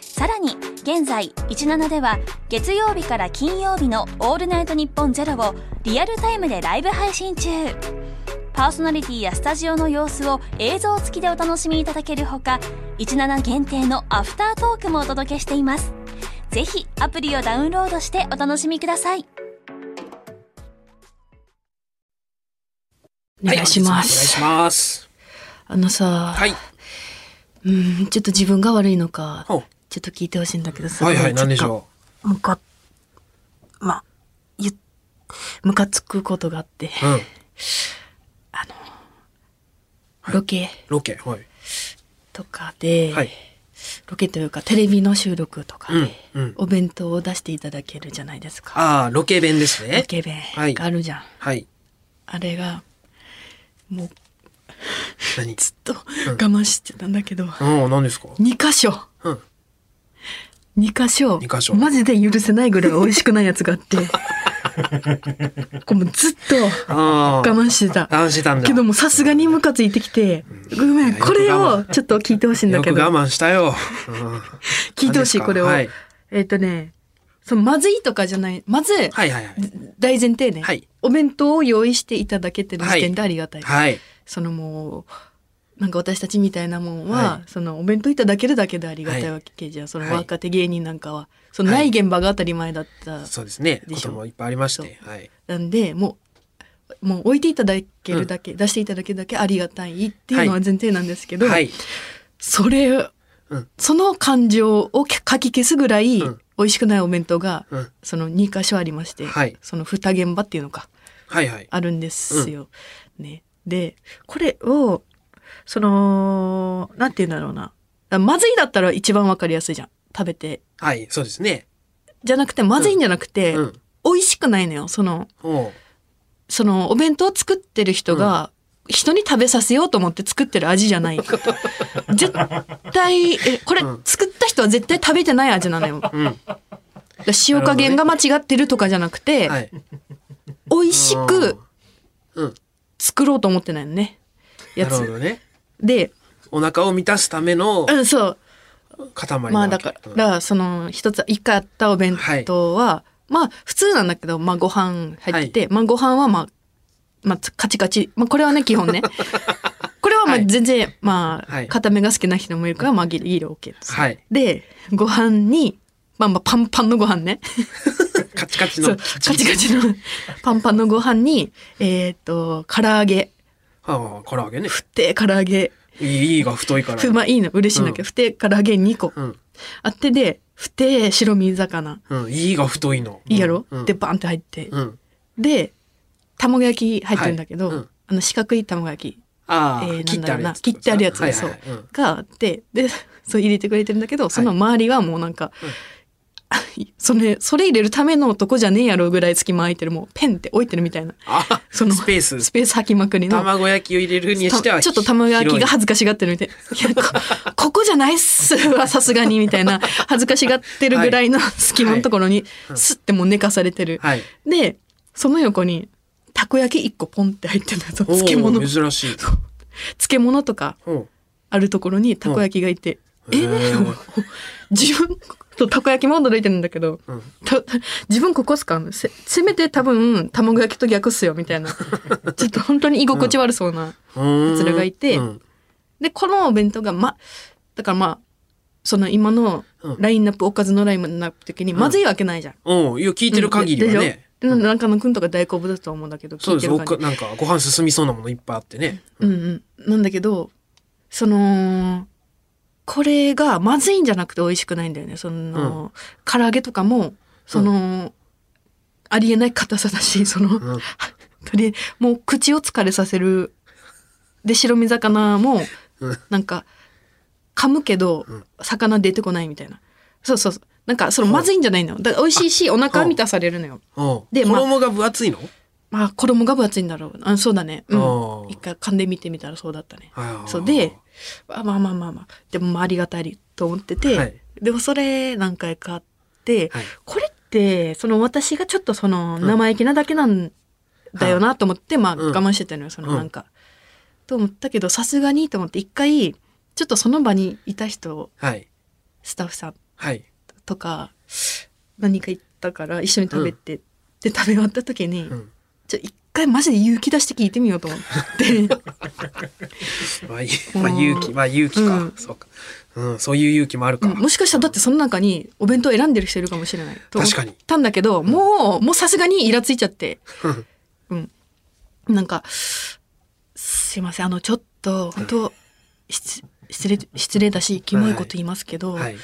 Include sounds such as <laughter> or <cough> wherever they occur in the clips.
さらに現在17では月曜日から金曜日の「オールナイトニッポンゼロをリアルタイムでライブ配信中パーソナリティやスタジオの様子を映像付きでお楽しみいただけるほか17限定のアフタートークもお届けしていますぜひアプリをダウンロードしてお楽しみくださいお願いしまお願いす。します。あのさ、はい。うん、ちょっと自分が悪いのか、ちほょうっと聞いてほしいんだけどさ、はいはい、ちょっと何でしょむか、まあ、ゆ、むかつくことがあって、う。うん。ロケロケ。はい。とかで、はい。ロケというかテレビの収録とかで、うんうんお弁当を出していただけるじゃないですか。ああ、ロケ弁ですロね。ケ弁はいがあるじゃん。はい。あれが、もう何ずっと我慢してたんだけど、うん、何ですか二2箇所うん。二箇所二箇所マジで許せないぐらい美味しくないやつがあって <laughs> これもうずっとあ我あ。慢してた我慢してたんだ。けどもうさすがにムカついてきてごめんこれをちょっと聞いてほしいんだよけくど我慢したよ。うん <laughs> 聞いてほしいこれを、はいえっ、とねそのまずいとかじゃないまずいはいはいはい。大前提ね、はいお弁当を用意していただけてる時点でありがたい、はい。そのもうなんか私たちみたいなもんは、はそのお弁当いただけるだけでありがたいわけじゃん、その若手芸人なんかはそのない現場が当たり前だった、そうですね。でこしょともいっぱいありまして。はい。なんでもうもう置いていただけるだけ、出していただけるだけありがたいっていうのは前提なんですけど、はい。それ、うんその感情をかき消すぐらいうん美味しくないお弁当が、うんその2箇所ありまして、はいその2現場っていうのかはいはい。あるんですよ。ね、でこれをそのなんて言うんだろうなまずいだったら一番わかりやすいじゃん食べてはい、そうですね。じゃなくてまずいんじゃなくて、うん。美味しくないのよそのおうそのお弁当を作ってる人が、人に食べさせようと思って作ってる味じゃ <laughs> ない。絶対、えこれ、うん作った人は絶対食べてない味なのよ。だかうん。ら塩加減が間違ってるとかじゃなくて、はい。美味しくうん。作ろうと思ってないのね。やなるほつ。どね。で、お腹を満たすためのうん、そう。塊なまあわけだから、その一つ、一回あったお弁当は、まあ普通なんだけど、まあご飯入ってて、まあご飯はまあ、まあカチカチ、まあこれはね基本ね。これはまあはい全然、まはあ、い固めが好きな人もいるから、まあギリギリ OK です。はいで、ご飯に、まあまあパンパンのご飯ね。うんカチカチそのう、カチカチのパンパンのご飯に、えーっと、唐揚げ。ああ唐揚げねふって唐揚げ。いいいいが太いからふまあいいの、嬉しいんだけど、ふて唐揚げ2個。うんあってで、ふて白身魚。うんいいが太いのいいやろ、うんでバンって入って、うんで卵焼き入ってるんだけど、はいうんあの四角い卵焼き、えああーな切っんだてあろるうやなつ切ってあるやつ、はいはそうい、はいうんがあってで <laughs> そう入れてくれてるんだけどその周りはもうなんか、 <laughs> それそれ入れるためのとこじゃねえやろぐらい隙間空いてるもうペンって置いてるみたいなあそのスペーススペース吐きまくりの卵焼きを入れるにしてはたちょっと卵焼きが恥ずかしがってるみ <laughs> たいないやこここじゃないっすはさすがにみたいな恥ずかしがってるぐらいの隙間のところにスッてもう寝かされてる、はいでその横にたこ焼き1個ポンって入ってるやつおー漬物珍しい漬物とかおうあるところにたこ焼きがいて、うんえへー自分 <laughs> とたこ焼きも驚いてるんだけど、んた自分ここっすかせせめて多分卵焼きと逆っすよみた <laughs> いなちょっと本当に居心地悪そうな、うーん奴らがいてうんでこのお弁当がまだからまあその今のラインナップ、おかずのラインナップ的にまずいわけないじゃん、おういや聞いてる限りはでねでしょで中野くんとか大好物だと思うんだけどそ聞ういてでするお感じかなんかご飯進みそうなものいっぱいあってねうんうん、なんだけどそのこれがまずいんじゃなくて美味しくないんだよねその、唐揚げとかもその、ありえない硬さだしその、んとりあえずもう口を疲れさせるで白身魚もうんなんか噛むけどん魚出てこないみたいなそうそうそうなんかそのまずいんじゃないのよだから美味しいしお腹は満たされるのようん。でまあ衣が分厚いのまあ衣が分厚いんだろうあそうだねうあんー一回噛んでみてみたらそうだったねあーそうでまあまあまあまあまあでもまあありがたいと思ってて、はいでもそれ何回かあって、はいこれってその私がちょっとそのん生意気なだけなんだよなと思って、まあうん我慢してたのよそのうんなんか、と思ったけどさすがにと思って一回ちょっとその場にいた人はい。スタッフさんはい。とか何か行ったから一緒に食べて、で食べ終わった時に、うん。ちょ一回マジで勇気出して聞いてみようと思って。まあ、いうんまあ勇気、まあ勇気か、うんそうか。うん、そういう勇気もあるか。うんもしかしたらだってその中にお弁当選んでる人いるかもしれないと思確かにったんだけどもうもうさすがにイラついちゃってうんなんか「すいませんあのちょっと本当失失礼失礼だしキモいこと言いますけど、はい。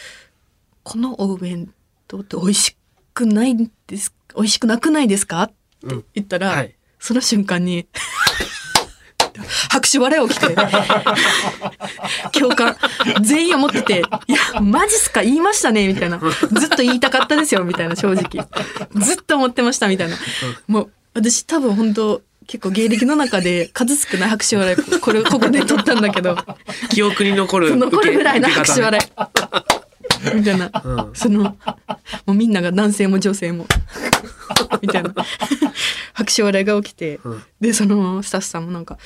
このお弁当って美味しくないんです美味しくなくないですか?」うん言ったら、はい。その瞬間に拍手笑い起きて共感全員思ってて「いやマジっすか言いましたね」みたいな「ずっと言いたかったですよ」みたいな正直ずっと思ってましたみたいなもう私多分本当結構芸歴の中で数少ない拍手笑いこれここで取ったんだけど記憶に残る受け。 <laughs> 残るぐらいの拍手笑い。いみたいな、うんそのもうみんなが男性も女性もみたいな拍手笑いが起きて、うんでそのスタッフさんもなんか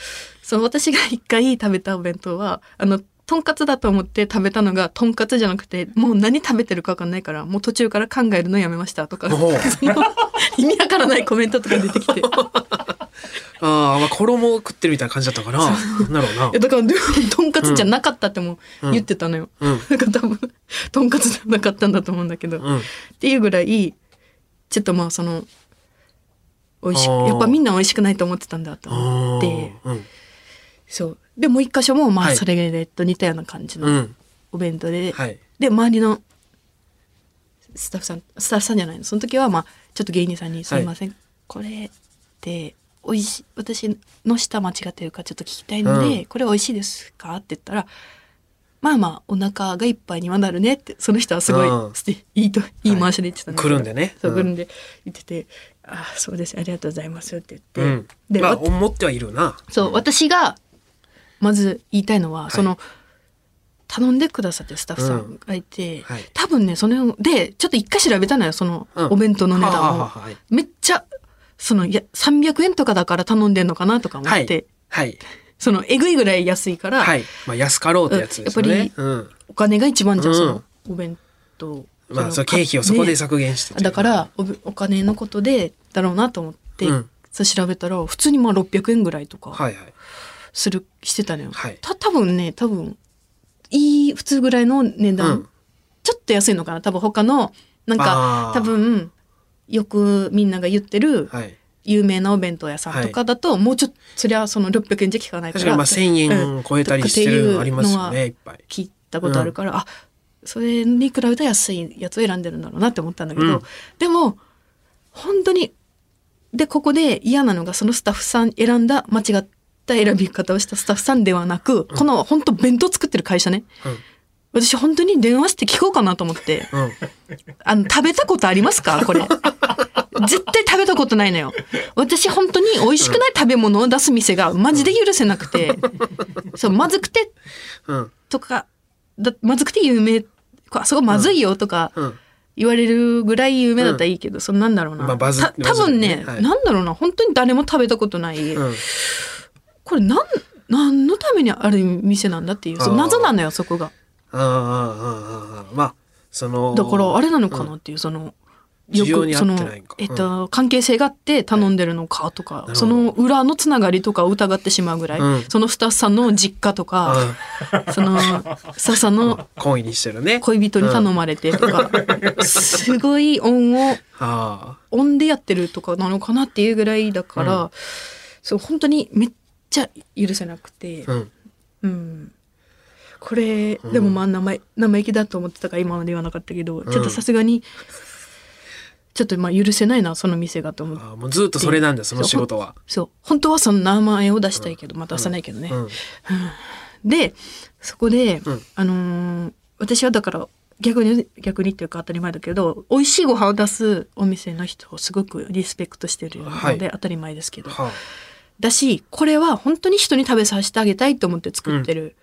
その私が一回食べたお弁当はあのとんかつだと思って食べたのがとんかつじゃなくてもう何食べてるか分かんないからもう途中から考えるのやめましたとか <laughs> おう意味わからないコメントとか出てき <laughs> ていああ、まあ衣を食ってるみたいな感じだったかな。なんだろうなや。だからでもとんかつじゃなかったっても言ってたのよ。うん。なんか多分とんかつじゃなかったんだと思うんだけど、っうん。ていうぐらいちょっとまあその美味しくあーやっぱみんな美味しくないと思ってたんだと思あってあ。うん。そうでもう一箇所もまはあいそれで、えっと似たような感じうのん。お弁当で、はい。で周りのスタッフさんスタッフさんじゃないのその時はまあちょっと芸人さんに「すいません、これっておいしい私の舌間違ってるかちょっと聞きたいので、うんこれ美味しいですか?」って言ったら「まあまあお腹がいっぱいにはなるね」ってその人はすごい、うんすていいといい回しで言ってたくるんでねそううんくるんで言ってて「ああそうですありがとうございます」ってう言っんて、。で、まあわ思ってはいるな。そう、私が、まず言いたいのは、いその、頼んでくださってるスタッフさんがいて、んはい多分ね、その、で、ちょっと一回調べたのよ、その、うんお弁当の値はあ段はあを。はあはいめっちゃ、その、いや、300円とかだから頼んでんのかなとか思はっいて、。はい。その、えぐいぐらい安いから、はい。まあ安かろうってやつですよね。やっぱうん。お金が一番じゃん、うんその、お弁当。まあ、のそう、経費をそこでね削減してというだか、らおべ、お金のことで、だろうなと思って、うんそう調べたら、普通にまあ600円ぐらいとか。はいはい。するしてたのよ、はいた多分ね多分いい普通ぐらいの値段、うんちょっと安いのかな多分他のなんあかー多分よくみんなが言ってるはい。有名なお弁当屋さんとかだと、もうちょっとそりゃその600円じゃ効かないか確らかにまあ1000円超えたりしてるのありますよね、いっぱい。聞いたことあるから、あそれに比べたら安いやつを選んでるんだろうなって思ったんだけど、うんでも本当にでここで嫌なのがそのスタッフさん選んだ間違った選び方をしたスタッフさんではなく、この本当弁当作ってる会社ね私本当に電話して聞こうかなと思ってうん。うん。あの食べたことありますかこれ絶対食べたことないのよ私本当に美味しくない食べ物を出す店がマジで許せなくて、そうまずくてうん。とかだまずくて有名あそこまずいよとかうん。言われるぐらい有名だったらいいけど、そんなんだろうな、まあバズた多分ね、バズるねはいなんだろうな本当に誰も食べたことない、うん。これなん何のためにある店なんだっていうそうあー謎なのよそこがああ、ああ、ああ。まあ、その。だからあれなのかうんなっていう、その需要に合っそてのないんか、えっと関係性があって頼んでるのかとか、いなるほどその裏のつながりとかを疑ってしまうぐらい、うんそのスタッフさんの実家とか、そのスタッフさん <laughs> の懇意にしてるね。恋人に頼まれてとか、すごい恩をあ恩でやってるとかなのかなっていうぐらいだから、そう本当にめっちゃ許せなくて、あ。うん。うんこれ、でもまあ生意生意気だと思ってたから今まで言わなかったけど、ちょっとさすがにちょっとまあ許せないなその店がと思って。ああ、もうずっとそれなんだ、その仕事は。そう本当はその名前を出したいけど、まあ出さないけどね、うん。でそこで、うんあのー私はだから逆に逆にっていうか当たり前だけど美味しいご飯を出すお店の人をすごくリスペクトしてるので、は当たり前ですけどはだしこれは本当に人に食べさせてあげたいと思って作ってる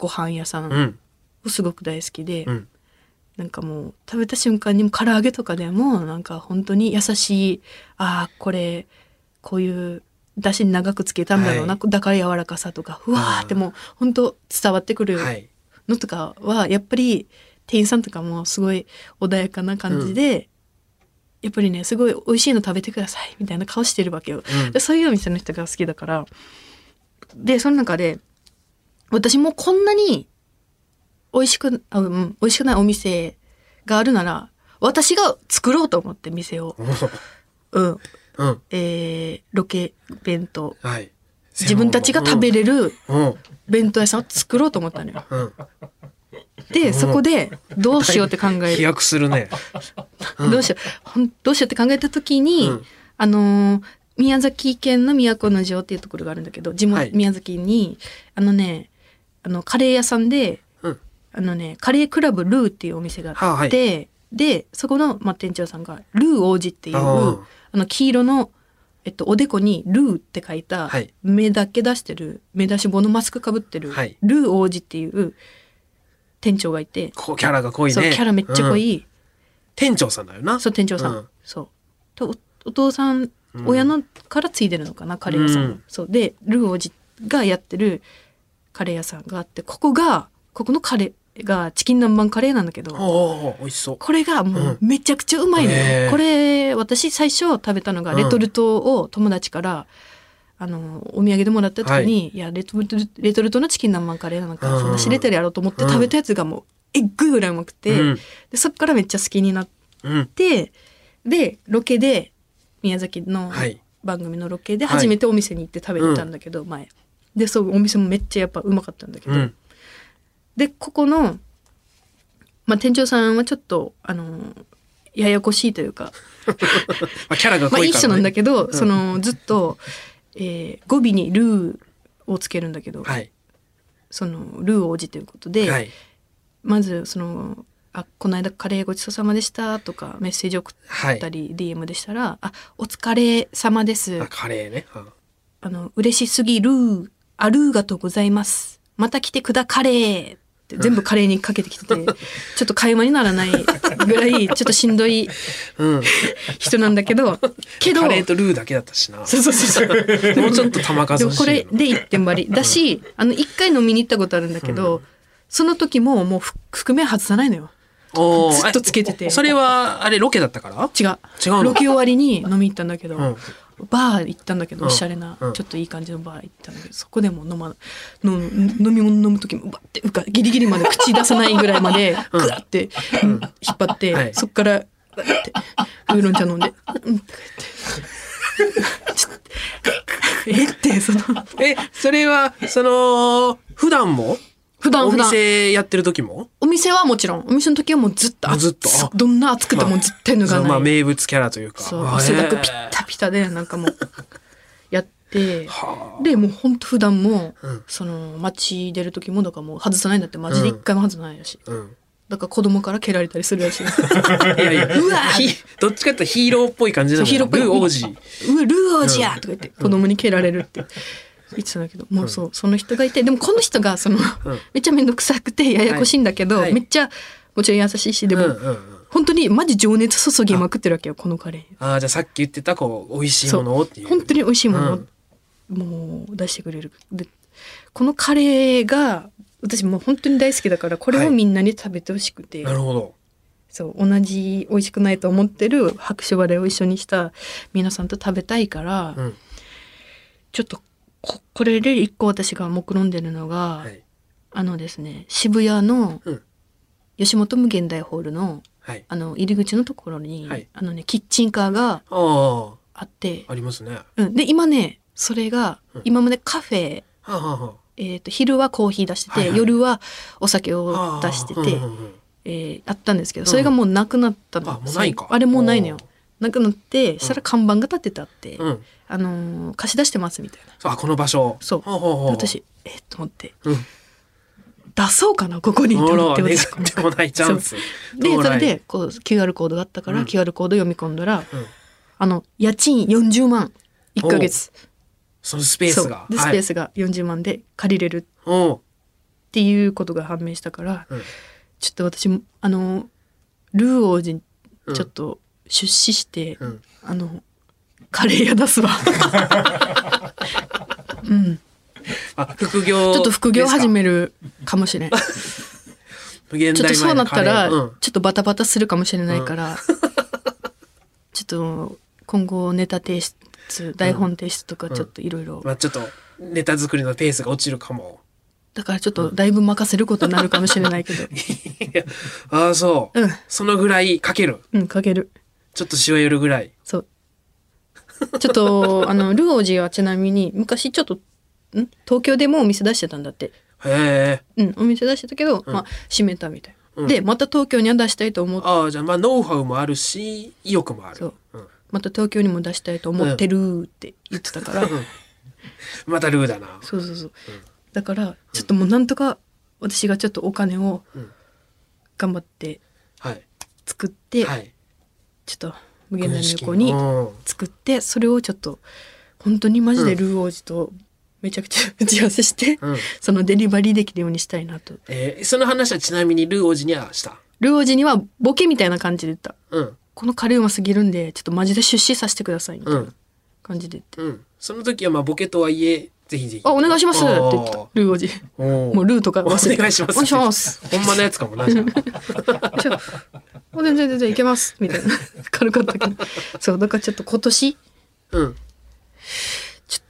ご飯屋さあ、んうんをすごく大好きで、うんなんかもう食べた瞬間にも唐揚げとかでもなんか本当に優しいああこれこういう出汁に長くつけたんだろうな、はだから柔らかさとかうわーってもう本当伝わってくるはいのとかはやっぱり店員さんとかもすごい穏やかな感じで、やっぱりねすごい美味しいの食べてくださいみたいな顔してるわけよ。うんでそういうお店の人が好きだからでその中で私もこんなに美味しくあ、うん、美味しくないお店があるなら私が作ろうと思って店を、おーうんうんえーロケ弁当はい自分たちが食べれるうん弁当屋さんを作ろうと思ったのよ。うんでそこでどうしようって考え飛躍するねうんどうしようほんどうしようって考えた時に、うんあのー宮崎県の都の城っていうところがあるんだけど地元、はい宮崎にあのねあのカレー屋さんでうんあのねカレークラブルーっていうお店があって、でそこの、まあ、店長さんがルー王子っていうああーの黄色の、えっと、おでこに「ルー」って書いたはい目だけ出してる目出し棒のマスクかぶってる、はいルー王子っていう店長がいてこうキャラが濃いそうねキャラめっちゃ濃うんい、店長さんだよなそう店長さん、うんそうとおお父さん、うん親のから継いでるのかなカレー屋さん、うんそうでルー王子がやってるカレー屋さんがあってここがここのカレーがチキン南蛮カレーなんだけどおー美味しそうこれがもううめちゃくちゃうまいのよ、へーこれ私最初食べたのがレトルトを友達から、あのお土産でもらった時に、はいい、やレトルトレトルトのチキン南蛮カレーなんかそんな知れてるやろと思ってうん食べたやつがもうえっぐいぐらいうまくて、うんでそっからめっちゃ好きになって。うんででロケで宮崎のはい番組のロケではい初めてお店に行って食べに行ったんだけど、前でそうお店もめっちゃやっぱうまかったんだけど、うんでここの、まあ、店長さんはちょっとあのややこしいというか、まあキャラがまあ、濃い一から緒なんだけど、んそのずっと、えー語尾に「ルー」をつけるんだけど、はいそのルー王子ということで、はいまずその「あこの間カレーごちそうさまでした」とかメッセージ送って。はったいり DM でしたら「あお疲れ様ですあカレーねうんあの嬉しすぎるあるがとうございますまた来てくだカレー」って全部カレーにかけて <laughs> きててちょっと会話にならないぐらいちょっとしんどいうん人なんだけどけど <laughs> カレーとルーだけだったしなそうそうそうそうもうちょっと玉で数も欲しこいれよなで1点割りだしあの1回飲みに行ったことあるんだけど、その時ももうふ覆面外さないのよおーずっとつけててえそれはあれロケだったから違う違うのロケ終わりに飲み行ったんだけど、うんバー行ったんだけど、うおんしゃれな、うんちょっといい感じのバー行ったんだけどそこでも飲ま飲飲み物飲む時もバッてうかギリギリまで口出さないぐらいまでうんグワッて引っ張って、はいそっからバッてウーロン茶飲んで「うん」とか言って「ちょっとえっ?」てその <laughs> えそれはその普段も普段お普段お店店やってる時もはもちろんお店の時はもうずっともうずっとどんな暑くても絶対脱そがのない、まあ名物キャラというかそうあ汗だくへーピッタピタでなんか <laughs> もうやって。はでもうほんと普段も、うんその街出る時もだからもう外さないんだってマジで一回も外さないらしい、あうんだから子供から蹴られたりするらしいいやいやうわひどっちかっていうとヒーローっぽい感じなのそうヒーローっぽいルー王子うわルー王子や!」とか言って子供に蹴られるって言ってたんだけどもうそうその人がいてでもこの人がその、うんめっちゃ面倒くさくてややこしいんだけど、はいはいめっちゃもちろん優しいしでうんも、うんうん本当にマジ情熱注ぎまくってるわけよこのカレーあーじゃあさっき言ってたこう美味しいものをっていう本当に美味しいものを、うんもう出してくれるでこのカレーが私もう本当に大好きだからこれをみんなに食べてほしくて、なるほどそう同じ美味しくないと思ってる白手バレを一緒にした皆さんと食べたいから、うんちょっとここれで一個私が目論んでるのが、はいあのですね渋谷のうん吉本無限大ホールのはいあの入り口のところに、はいあのねキッチンカーがあああって、ありますねはうん、で今ねそれがうん今までカフェ、あはあはえー、と昼はコーヒー出してて、はいはい夜はお酒あはをあ出してて、うんうんうんえーあったんですけどそれがもうなくなったの、あもうないかそうあれもうないのよなくなってしたら看板が立ててあって、うんあのー貸し出してますみたいなそうあこの場所そうほうほうほう私えっと思ってうん出そうかなここにとあ思っら、て願私ってもないチャンス。で到来それでこう QR コードがあったから、うん QR コード読み込んだら、うんあの家賃40万1ヶ月そのスペースそがう。でスペースが40万で借りれるっはい、おうていうことが判明したから、うんちょっと私もあのルー王子にうんちょっと出資して、うんあのカレー屋出す <laughs> わうんあ、副業。ちょっと副業始。めるかもしれん。無限ちょっと大そう前なっのたカレーら、うん。ちょっとバタバタするかもしれないから、ちょっと今後ネタ提出、台本提出とかちょっといろいろ、まあちょっと、ネタ作りのペースが落ちるかも。だからちょっとだいぶ任せることになるかもしれないけ <laughs> ど、ああ、そう、うんそのぐらいかける。うん、かける。ちょっとしわ寄るぐらい。そう。ちょっと、あ <laughs> の、ルオージはちなみに昔ちょっと、ん東京でもお店出してたんだって。へえ。うん、お店出してたけど、まあ、閉めたみたい。うんで、また東京には出したいと思って、ああ、じゃあ、まあ、ノウハウもあるし、意欲もある。そううんまた東京にも出したいと思ってるって言ってたから、またルーだな。そうそうそう、だからちょっともうなんとか私がちょっとお金をうん頑張ってはい。作って、はい。ちょっと無限大の横にうん作ってそれをちょっと本当にマジでルー王子とめちゃくちゃ打ち合わせして、うんそのデリバリーできるようにしたいなとえーその話はちなみにルー王子にはした。ルー王子にはボケみたいな感じで言ったうん。このカレーうますぎるんでちょっとマジで出資させてくださいみたいうなん感じで言って、うん。その時は、まあ、ボケとはいえ、ぜひぜひ。あお願いしますって言ってたルー王子おーもうルーとかお忘れて願いします。お願いします。ほんまのやつか <laughs> もな。じゃちょっと、全然全然いけます。みたいな。軽かったけど。そう、だからちょっと今年、ちょあうん。っ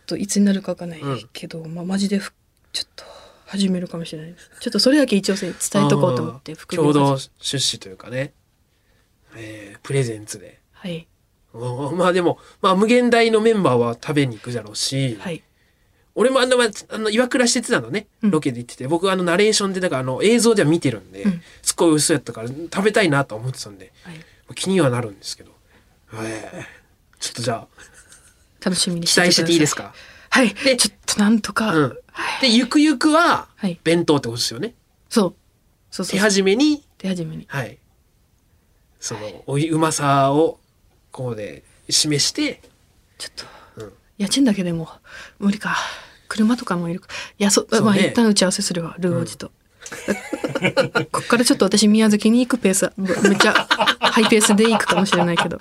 といつになるかわかんないうんけど、まあマジでふ、ちょっと始めるかもしれないです。ちょっとそれだけ一応せ伝えとこうと思って、あー副業共同を。出資というかね。えープレゼンツで。はい。おーまあでも、まあ無限大のメンバーは食べに行くじゃろうし、はい。俺もあんな、まあの、岩倉しててたのね、うんロケで行ってて、僕あのナレーションで、だからあの映像では見てるんで、うんすっごい薄やったから食べたいなと思ってたんで、はい。気にはなるんですけど。えーちょっとじゃあ、楽しみにし期ててくだ待しさてい。ていいですかはい。で、ちょっとなんとか、うん。で、ゆくゆくははい、弁当ってことですよね。そう。そうそ手うそう。始めに、手始めに。はい。その、おいうまさを、こうで、示して、ちょっうん。と、家賃だけでも、無理か。車とかもいるか。いや、そう、そうねまあ一旦打ち合わせするわ、ルー王子 <laughs> と。こっからちょっと私宮崎に行くペースめっちゃハイペースで行くかもしれないけど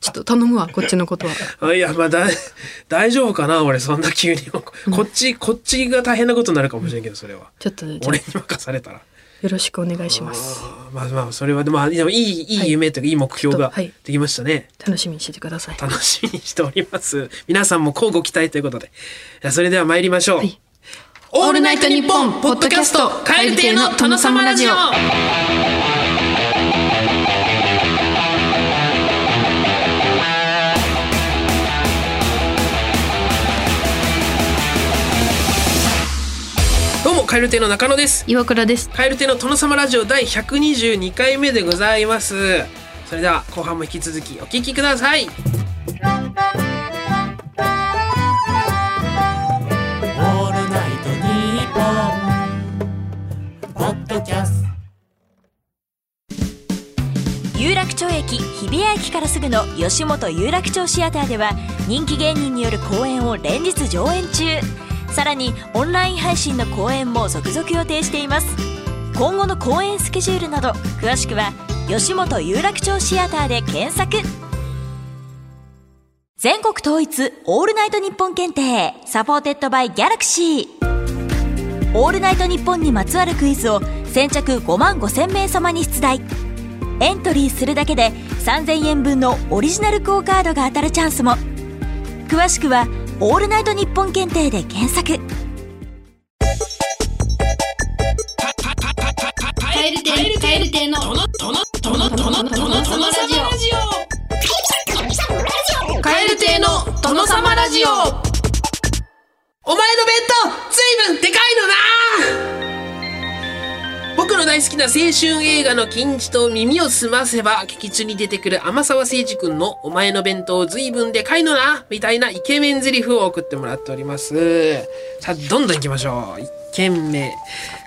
ちょっと頼むわこっちのことはあいや、まあ、だ、 <laughs> 大丈夫かな俺、そんな急に。 <laughs> こっち、こっちが大変なことになるかもしれんけど、それは。ちょっとねじゃあ俺に任されたら。よろしくお願いしますあーまあまあ、それは、でも、まあでもいい、いはいい夢というか、いい目標ちょっがとはいできましたね。楽しみにしててください楽しみにしております。皆さんも乞うご期待ということで。じゃあそれでは参りましょう。はいオールナイトニッポンポッドキャスト蛙亭の殿様ラジオどうも、蛙亭の中野です。岩倉です蛙亭の殿様ラジオ第122回目でございます。それでは後半も引き続きお聞きください。オールナイトニッポン」ポッドキャスト有楽町駅日比谷駅からすぐの吉本有楽町シアターでは人気芸人による公演を連日上演中さらにオンライン配信の公演も続々予定しています今後の公演スケジュールなど詳しくは吉本有楽町シアターで検索全国統一オールナイトニッポン検定サポーテッドバイギャラクシーオールナイトニッポンにまつわるクイズを先着5万5000名様に出題エントリーするだけで3000円分のオリジナル quo カードが当たるチャンスも詳しくは「オールナイトニッポン検定」で検索カエル亭カエル亭の殿殿殿殿様ラジオカエル亭の殿様ラジおオ前の弁当、ずいぶんでかいのな僕の大好きな青春映画の金字と耳を澄ませば、劇中に出てくる天沢誠二君のお前の弁当ずいぶんでかいのなみたいなイケメン台詞を送ってもらっております。さあ、どんどん行きましょう。県名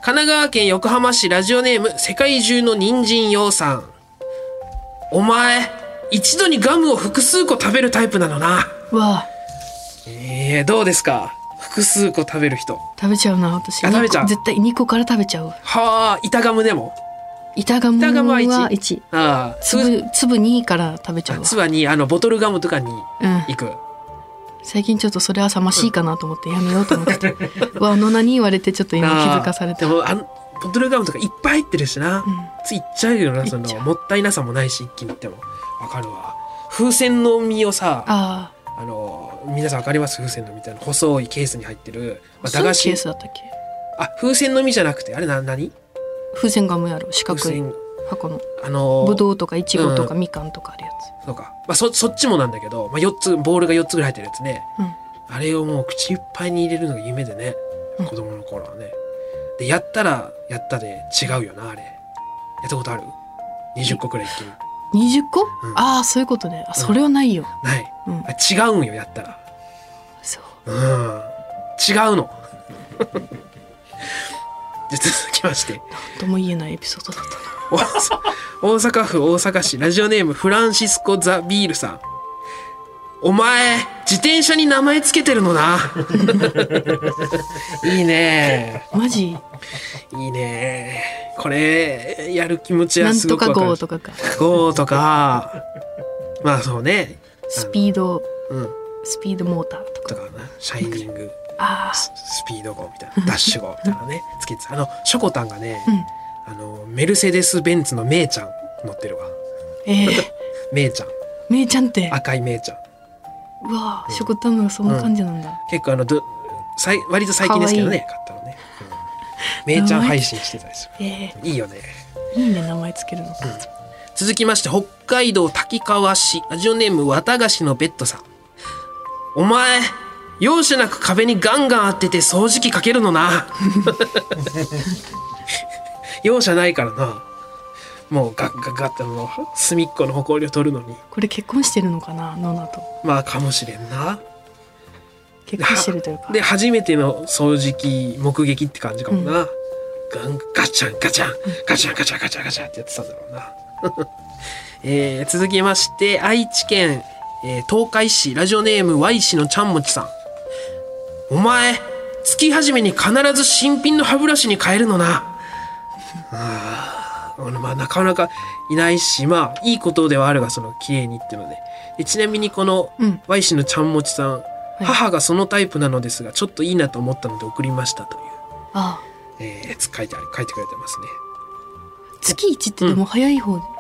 神奈川県横浜市ラジオネーム世界中の人参用さんお前一度にガムを複数個食べるタイプなのなわあえー、どうですか複数個食べる人食べちゃうな私あ食べちゃう絶対2個から食べちゃうはあ板ガムでも板ガム板ガムはは一1ああ粒粒2から食べちゃうわつはにあのボトルガムとかにうん行く最近ちょっとそれはさましいかなと思ってやめようと思っててわあ野菜に言われてちょっと今気づかされでたもあのボトルガムとかいっぱい入ってるしな、ついっちゃうよなそいっちゃのうもったいなさもないし一気にいってもわかるわ風船の実をさあああの皆さんわかります風船の実みたいな細いケースに入ってる、まあ、駄そういうケ菓子ースだったっけあ風船の実じゃなくてあれな何風船ガムやろ四風角い船箱のあのぶどうとかいちごとかうみかんとかあるやつそうか、まあ、そそっちもなんだけど、まあ、4つボールが4つぐらい入ってるやつね、うんあれをもう口いっぱいに入れるのが夢でねうん子供の頃はねでやったらやったで違うよなあれやったことある ?20 個くらい一気に20個、んああそういうことねあそれはないよ、ない、うんあ違うんよやったらそううん違うの <laughs> じゃ続きましてとも言えないエピソードだったな大阪大阪府大阪市ラジオネームフランシスコ・ザ・ビールさんお前自転車に名前つけてる <laughs> のないいねマジいいねこれやる気持ちなはんすとごくかわかる号とかかゴーとかまあそうねスピードうんスピードモーターとかとかなシャイニングああススピード号みたい <laughs> なダッシュ号みたいなねつけてたあのショコタンがね、あのメルセデス・ベンツのメイちゃん乗ってるわえ <laughs> えメイちゃんめいちゃんって赤いメイちゃんうわあ食タムがそんな感じなんだ、結構あのどさい割と最近ですけどね買ったのね、うん、めいちゃん配信してたりす <laughs> えるいいよねえいいね名前つけるの、続きまして北海道滝川市ラジオネーム綿菓子のベッドさんお前容赦なく壁にガンガン当てて掃除機かけるのな <laughs> 容赦ないからなもうガッガッガッってもう隅っこの埃を取るのにこれ結婚してるのかなノナとまあかもしれんな結婚してるというかで初めての掃除機目撃って感じかもな、ガンガチャンガチャンガチャンガチャンガチャンガチャンってやってたんだろうな、 <laughs> えー続きまして愛知県、えー東海市ラジオネーム Y 氏のちゃんもちさんお前月始めに必ず新品の歯ブラシに変えるのなあーあのまあなかなかいないしまあいいことではあるがその綺麗にっていうのででちなみにこのうん Y 氏のちゃんもちさん、母がそのタイプなのですがちょっといいなと思ったので送りましたという、ああえー書いてある書いてくれてますね月1ってでも早い方じゃない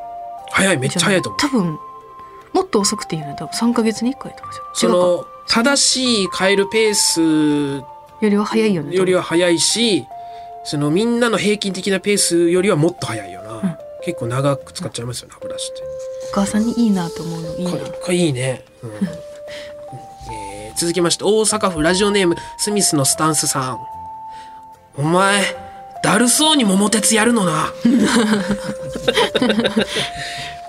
早いめっちゃ早いと思う多分もっと遅くていいよね多分3か月に1回とかじそゃん違うかの正しい変えるペースよりは早いよねよりは早いしそのみんなの平均的なペースよりはもっと早いよな、ん結構長く使っちゃいますよね歯ブラシってお母さんにいいなと思うのいいなこれこれいいね、うんえー続きまして大阪府ラジオネームスミスのスタンスさんお前だるそうに桃鉄やるのな <laughs>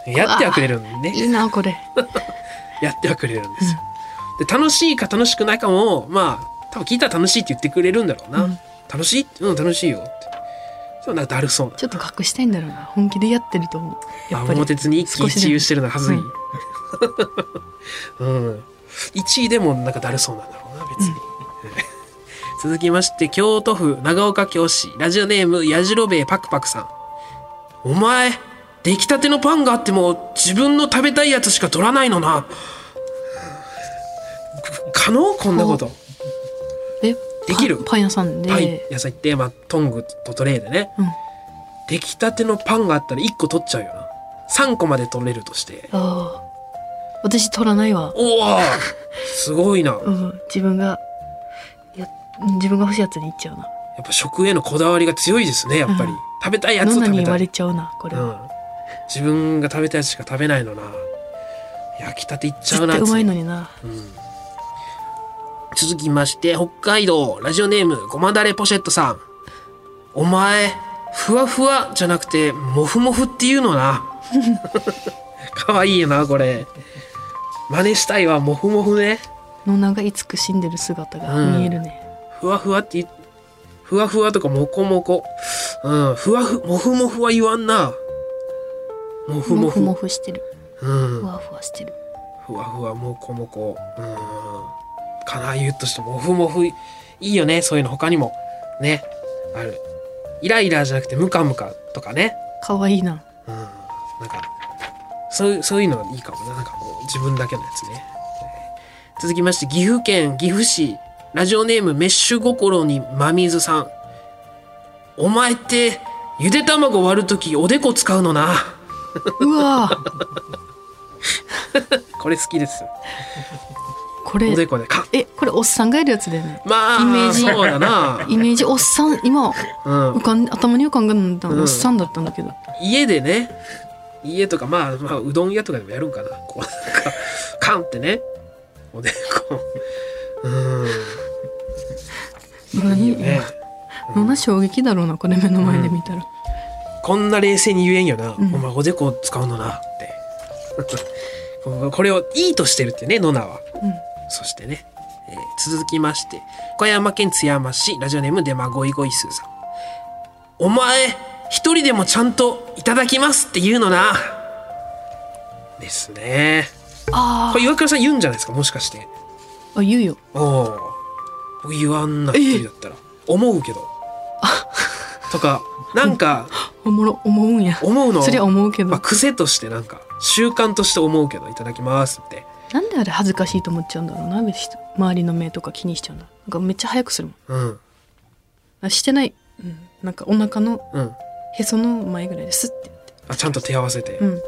やってはくれるんでいねいなこれやってはくれるんですよ、で楽しいか楽しくないかもまあ多分聞いたら楽しいって言ってくれるんだろうな、楽しいうん楽しいよってそうなんかだるそうなちょっと隠したいんだろうな本気でやってると思うやあっぱり桃鉄に一喜一憂してるのははずい、うん、1位でもなんかだるそうなんだろうな別に、 <laughs> 続きまして京都府長岡京市ラジオネームやじろべえパクパクさんお前出来たてのパンがあっても自分の食べたいやつしか取らないのな可能こんなことえできるパンパン屋さんで、パン野菜って、まあ、トングとトレーでね、うん出来たてのパンがあったら1個取っちゃうよな3個まで取れるとしてああ私取らないわ、おおすごいな、うやん、自分がいやうん自分が欲しいやつにいっちゃうなっぱ食へのこだわりが強いですねやっぱり、うん食べたいやノつをナ食にべ言たわいれちゃうなこれうは、ん、自分が食べたいやつしか食べないのな焼きたていっちゃう絶な対うまい次のにな続きまして北海道ラジオネームごまだれポシェットさんお前ふわふわじゃなくてもふもふっていう <laughs> のなかわいいよなこれ真似したいわもふもふねノナが慈しんでる姿が見えるね、ふわふわっていふわふわとかもこもこ。うん。ふわふ、もふもふは言わんな。もふももふ。ふもふしてるうんふ。わふわしてるふわふわ、もこもこ。うん。かな、言うとしてもふもふ。いいよね。そういうの他にも。ね。ある。イライラじゃなくてムカムカとかね。かわいいな。うん。なんか、そういう、そういうのいいかもな。なんかこう、自分だけのやつね。続きまして、岐阜県岐阜市、ラジオネームメッシュ心にまみずさん。お前って、ゆで卵割るときおでこ使うのな。うわーこれ好きです。これおでこでか。えこれおっさんがやるやつだよね。まあ、イメージそうだな。 <laughs> イメージおっさん今うん浮。かん頭に浮かんがんだのうんおっさんだったんだけど。家でね、家とか、まあ、まあ、うどん屋とかでもやるんかな。こう、なんか、カンってね。おでこ。うん。いい何よね。どんな衝撃だろうなこれ目の前で見たら。こんな冷静に言えんよな、んお前おでこ使うのなって <laughs> これをいいとしてるってねノナは、んそしてね、えー続きまして岡山県津山市ラジオネームデマゴイゴイスーさんお前一人でもちゃんといただきますって言うのなですねあこれ岩倉さん言うんじゃないですかもしかしてーあ言うよ。おお僕言わんな一人だったら思うけどとかな <laughs> んかおもろ思うんや。思うのそりゃ思うけど、まあ、癖としてなんか習慣として思うけどいただきますってなんであれ恥ずかしいと思っちゃうんだろうな別に周りの目とか気にしちゃうんだなんかめっちゃ早くするもんうんあしてない、うん、なんかお腹のうんへその前ぐらいですってやってあちゃんと手合わせてうん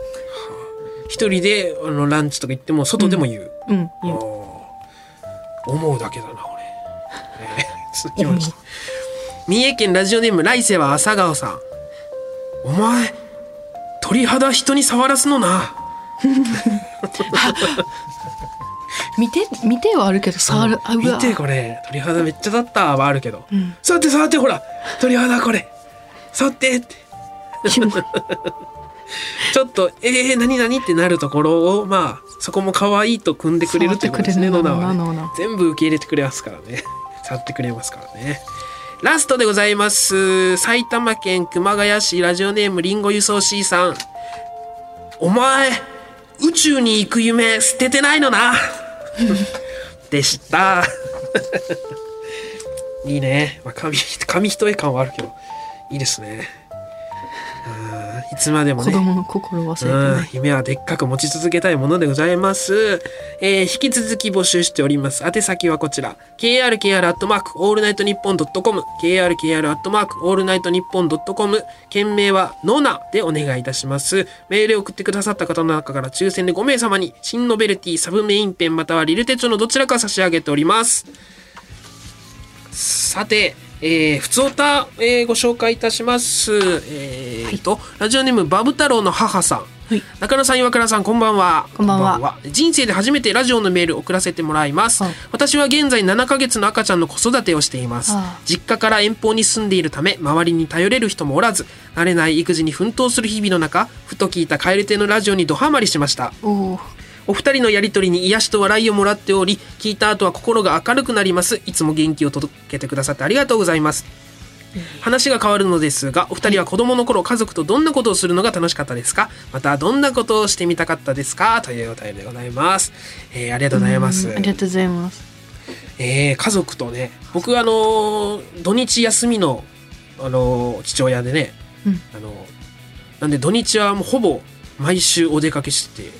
一、人であのランチとか行っても外でも言う、うん言あうー思うだけだな俺、え <laughs> ー、続きまして三重県ラジオネーム来世は朝顔さんお前鳥肌人に触らすのな見て見てはあるけど触るあう見わてこれ鳥肌めっちゃだったはあるけど、ん触って触ってほら鳥肌これ触ってってキモちょっと「えー、何々?」ってなるところをまあそこも可愛いと組んでくれるってことですね触ノってくれるナノは、ナノねナ、全部受け入れてくれますからね触ってくれますからねラストでございます埼玉県熊谷市ラジオネームりんご輸送 C さんお前宇宙に行く夢捨ててない <laughs> のなでした <laughs> いいね、まあ、紙紙一重感はあるけどいいですねあーいつまでも子ね供の心忘れてうなんい、夢はでっかく持ち続けたいものでございます。えー引き続き募集しております。宛先はこちら。krkr アットマークオールナイトニッポンドットコム。krkr アットマークオールナイトニッポンドットコム。件名はノナでお願いいたします。メールを送ってくださった方の中から抽選で5名様に、新ノベルティサブメインペンまたはリル手帳のどちらか差し上げております。さて、えー、ふつおた、えーご紹介いたします。えーと、ラジオネームバブ太郎の母さん。はい中野さん、岩倉さん、こんばんは。こんばんは人生で初めてラジオのメール送らせてもらいます。はい私は現在7ヶ月の赤ちゃんの子育てをしていますああ。実家から遠方に住んでいるため、周りに頼れる人もおらず、慣れない育児に奮闘する日々の中、ふと聞いた蛙亭のラジオにドハマりしました。おおお二人のやりとりに癒しと笑いをもらっており、聞いた後は心が明るくなります。いつも元気を届けてくださってありがとうございます。話が変わるのですが、お二人は子供の頃、家族とどんなことをするのが楽しかったですかまた、どんなことをしてみたかったですかというお便りでございます。えーありがとうございますあ。りがとうございますえー家族とね、僕、あのー土日休みの、あのー父親でね、うんあのーなんで土日はもうほぼ毎週お出かけしてて、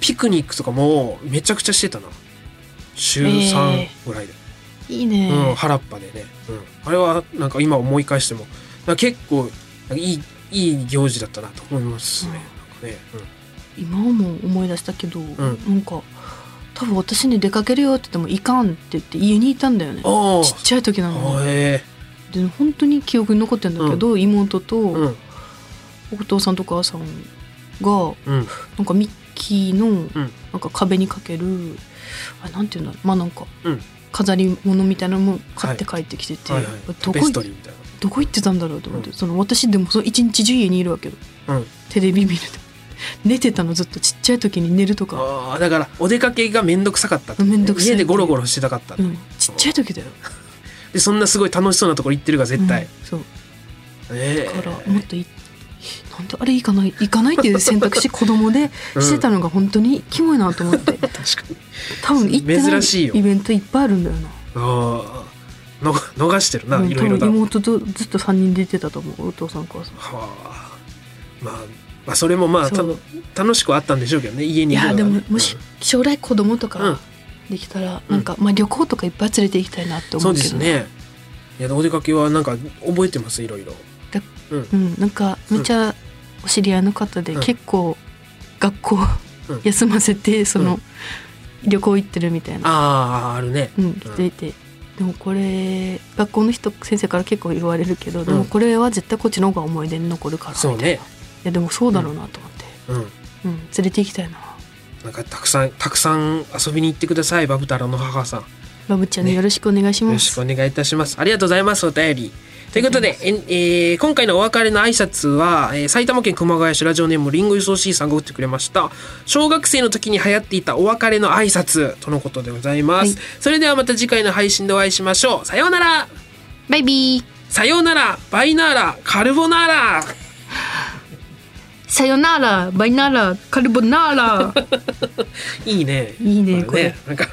ピクニックとかもめちゃくちゃしてたな。週3えぐらいで。いいね、うん、原っぱでね、うん、あれはなんか今思い返してもなんか結構なんかいいいい行事だったなと思いますね。なんかねうん今も思い出したけど、んなんか多分私に出かけるよって言ってもいかんって言って家にいたんだよねあちっちゃい時なあ、のにえで本当に記憶に残ってるんだけど、妹と、えうんお父さんとお母さんがうんなんかミッキーのんなんか壁にかける、あれなんていうんだろうまあなんかうん飾り物みたいなのも買って帰ってきてて、はいはい、どタこペいストリーみたいどこ行ってたんだろうと思って、うその私でもその一日中家にいるわけよ <laughs> な。うん、テレビ見ると寝てたのずっとちっちゃい時に寝るとか、ああだからお出かけがめんどくさかったってことねめんどくさい家でゴロゴロしてたかったってうこん、ちっちゃい時だよでそんなすごい楽しそうなところ行ってるから絶対、そうえだえからもっといなんであれ行かない行かないっていう選択肢子供でうんしてたのが本当にキモいなと思 <laughs> って確かに多分行ってない珍しいよイベントいっぱいあるんだよなああの逃してるな、うんいろいろ多だ分妹とずっと3人で行ってたと思うお父さんお母さんはあまあまあそれもまあたそう楽しくはあったんでしょうけどね家いにいるのやがでもねもし将来子供とうんかできたらうんなんかまあ旅行とかいっぱい連れて行きたいなってそ思ううでけすどねいやお出かけはなんか覚えてますいろいろうんなんかめっちゃお知り合いの方でうん結構学校うん休ませてそうの旅行行ってるみたいなあああるねうん来ていてでもこれ学校の人先生から結構言われるけどでうんもこれは絶対こっちの方が思い出に残るからみたそいうなねいやでもそうだろうなと思ってうんうん連れて行きたいななんかたくさんたくさん遊びに行ってくださいバブ太郎の母さんラブちゃんによろしくお願いしよまろしくすお願いいたします。ありがとうございます、お便り。ということで、えんえー今回のお別れの挨拶は、えー埼玉県熊谷市ラジオネームリンゴ輸送 C さんが打ってくれました。小学生の時に流行っていたお別れの挨拶とのことでございます。はそれではまた次回の配信でお会いしましょう。さようならバイビーさようならバイナーラカルボナ <laughs> ーラさよならバイナラカルボナーラ <laughs> いいね。いいねここれねなんか、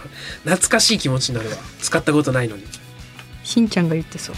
懐かしい気持ちになるわ。使ったことないのに。しんちゃんが言ってそう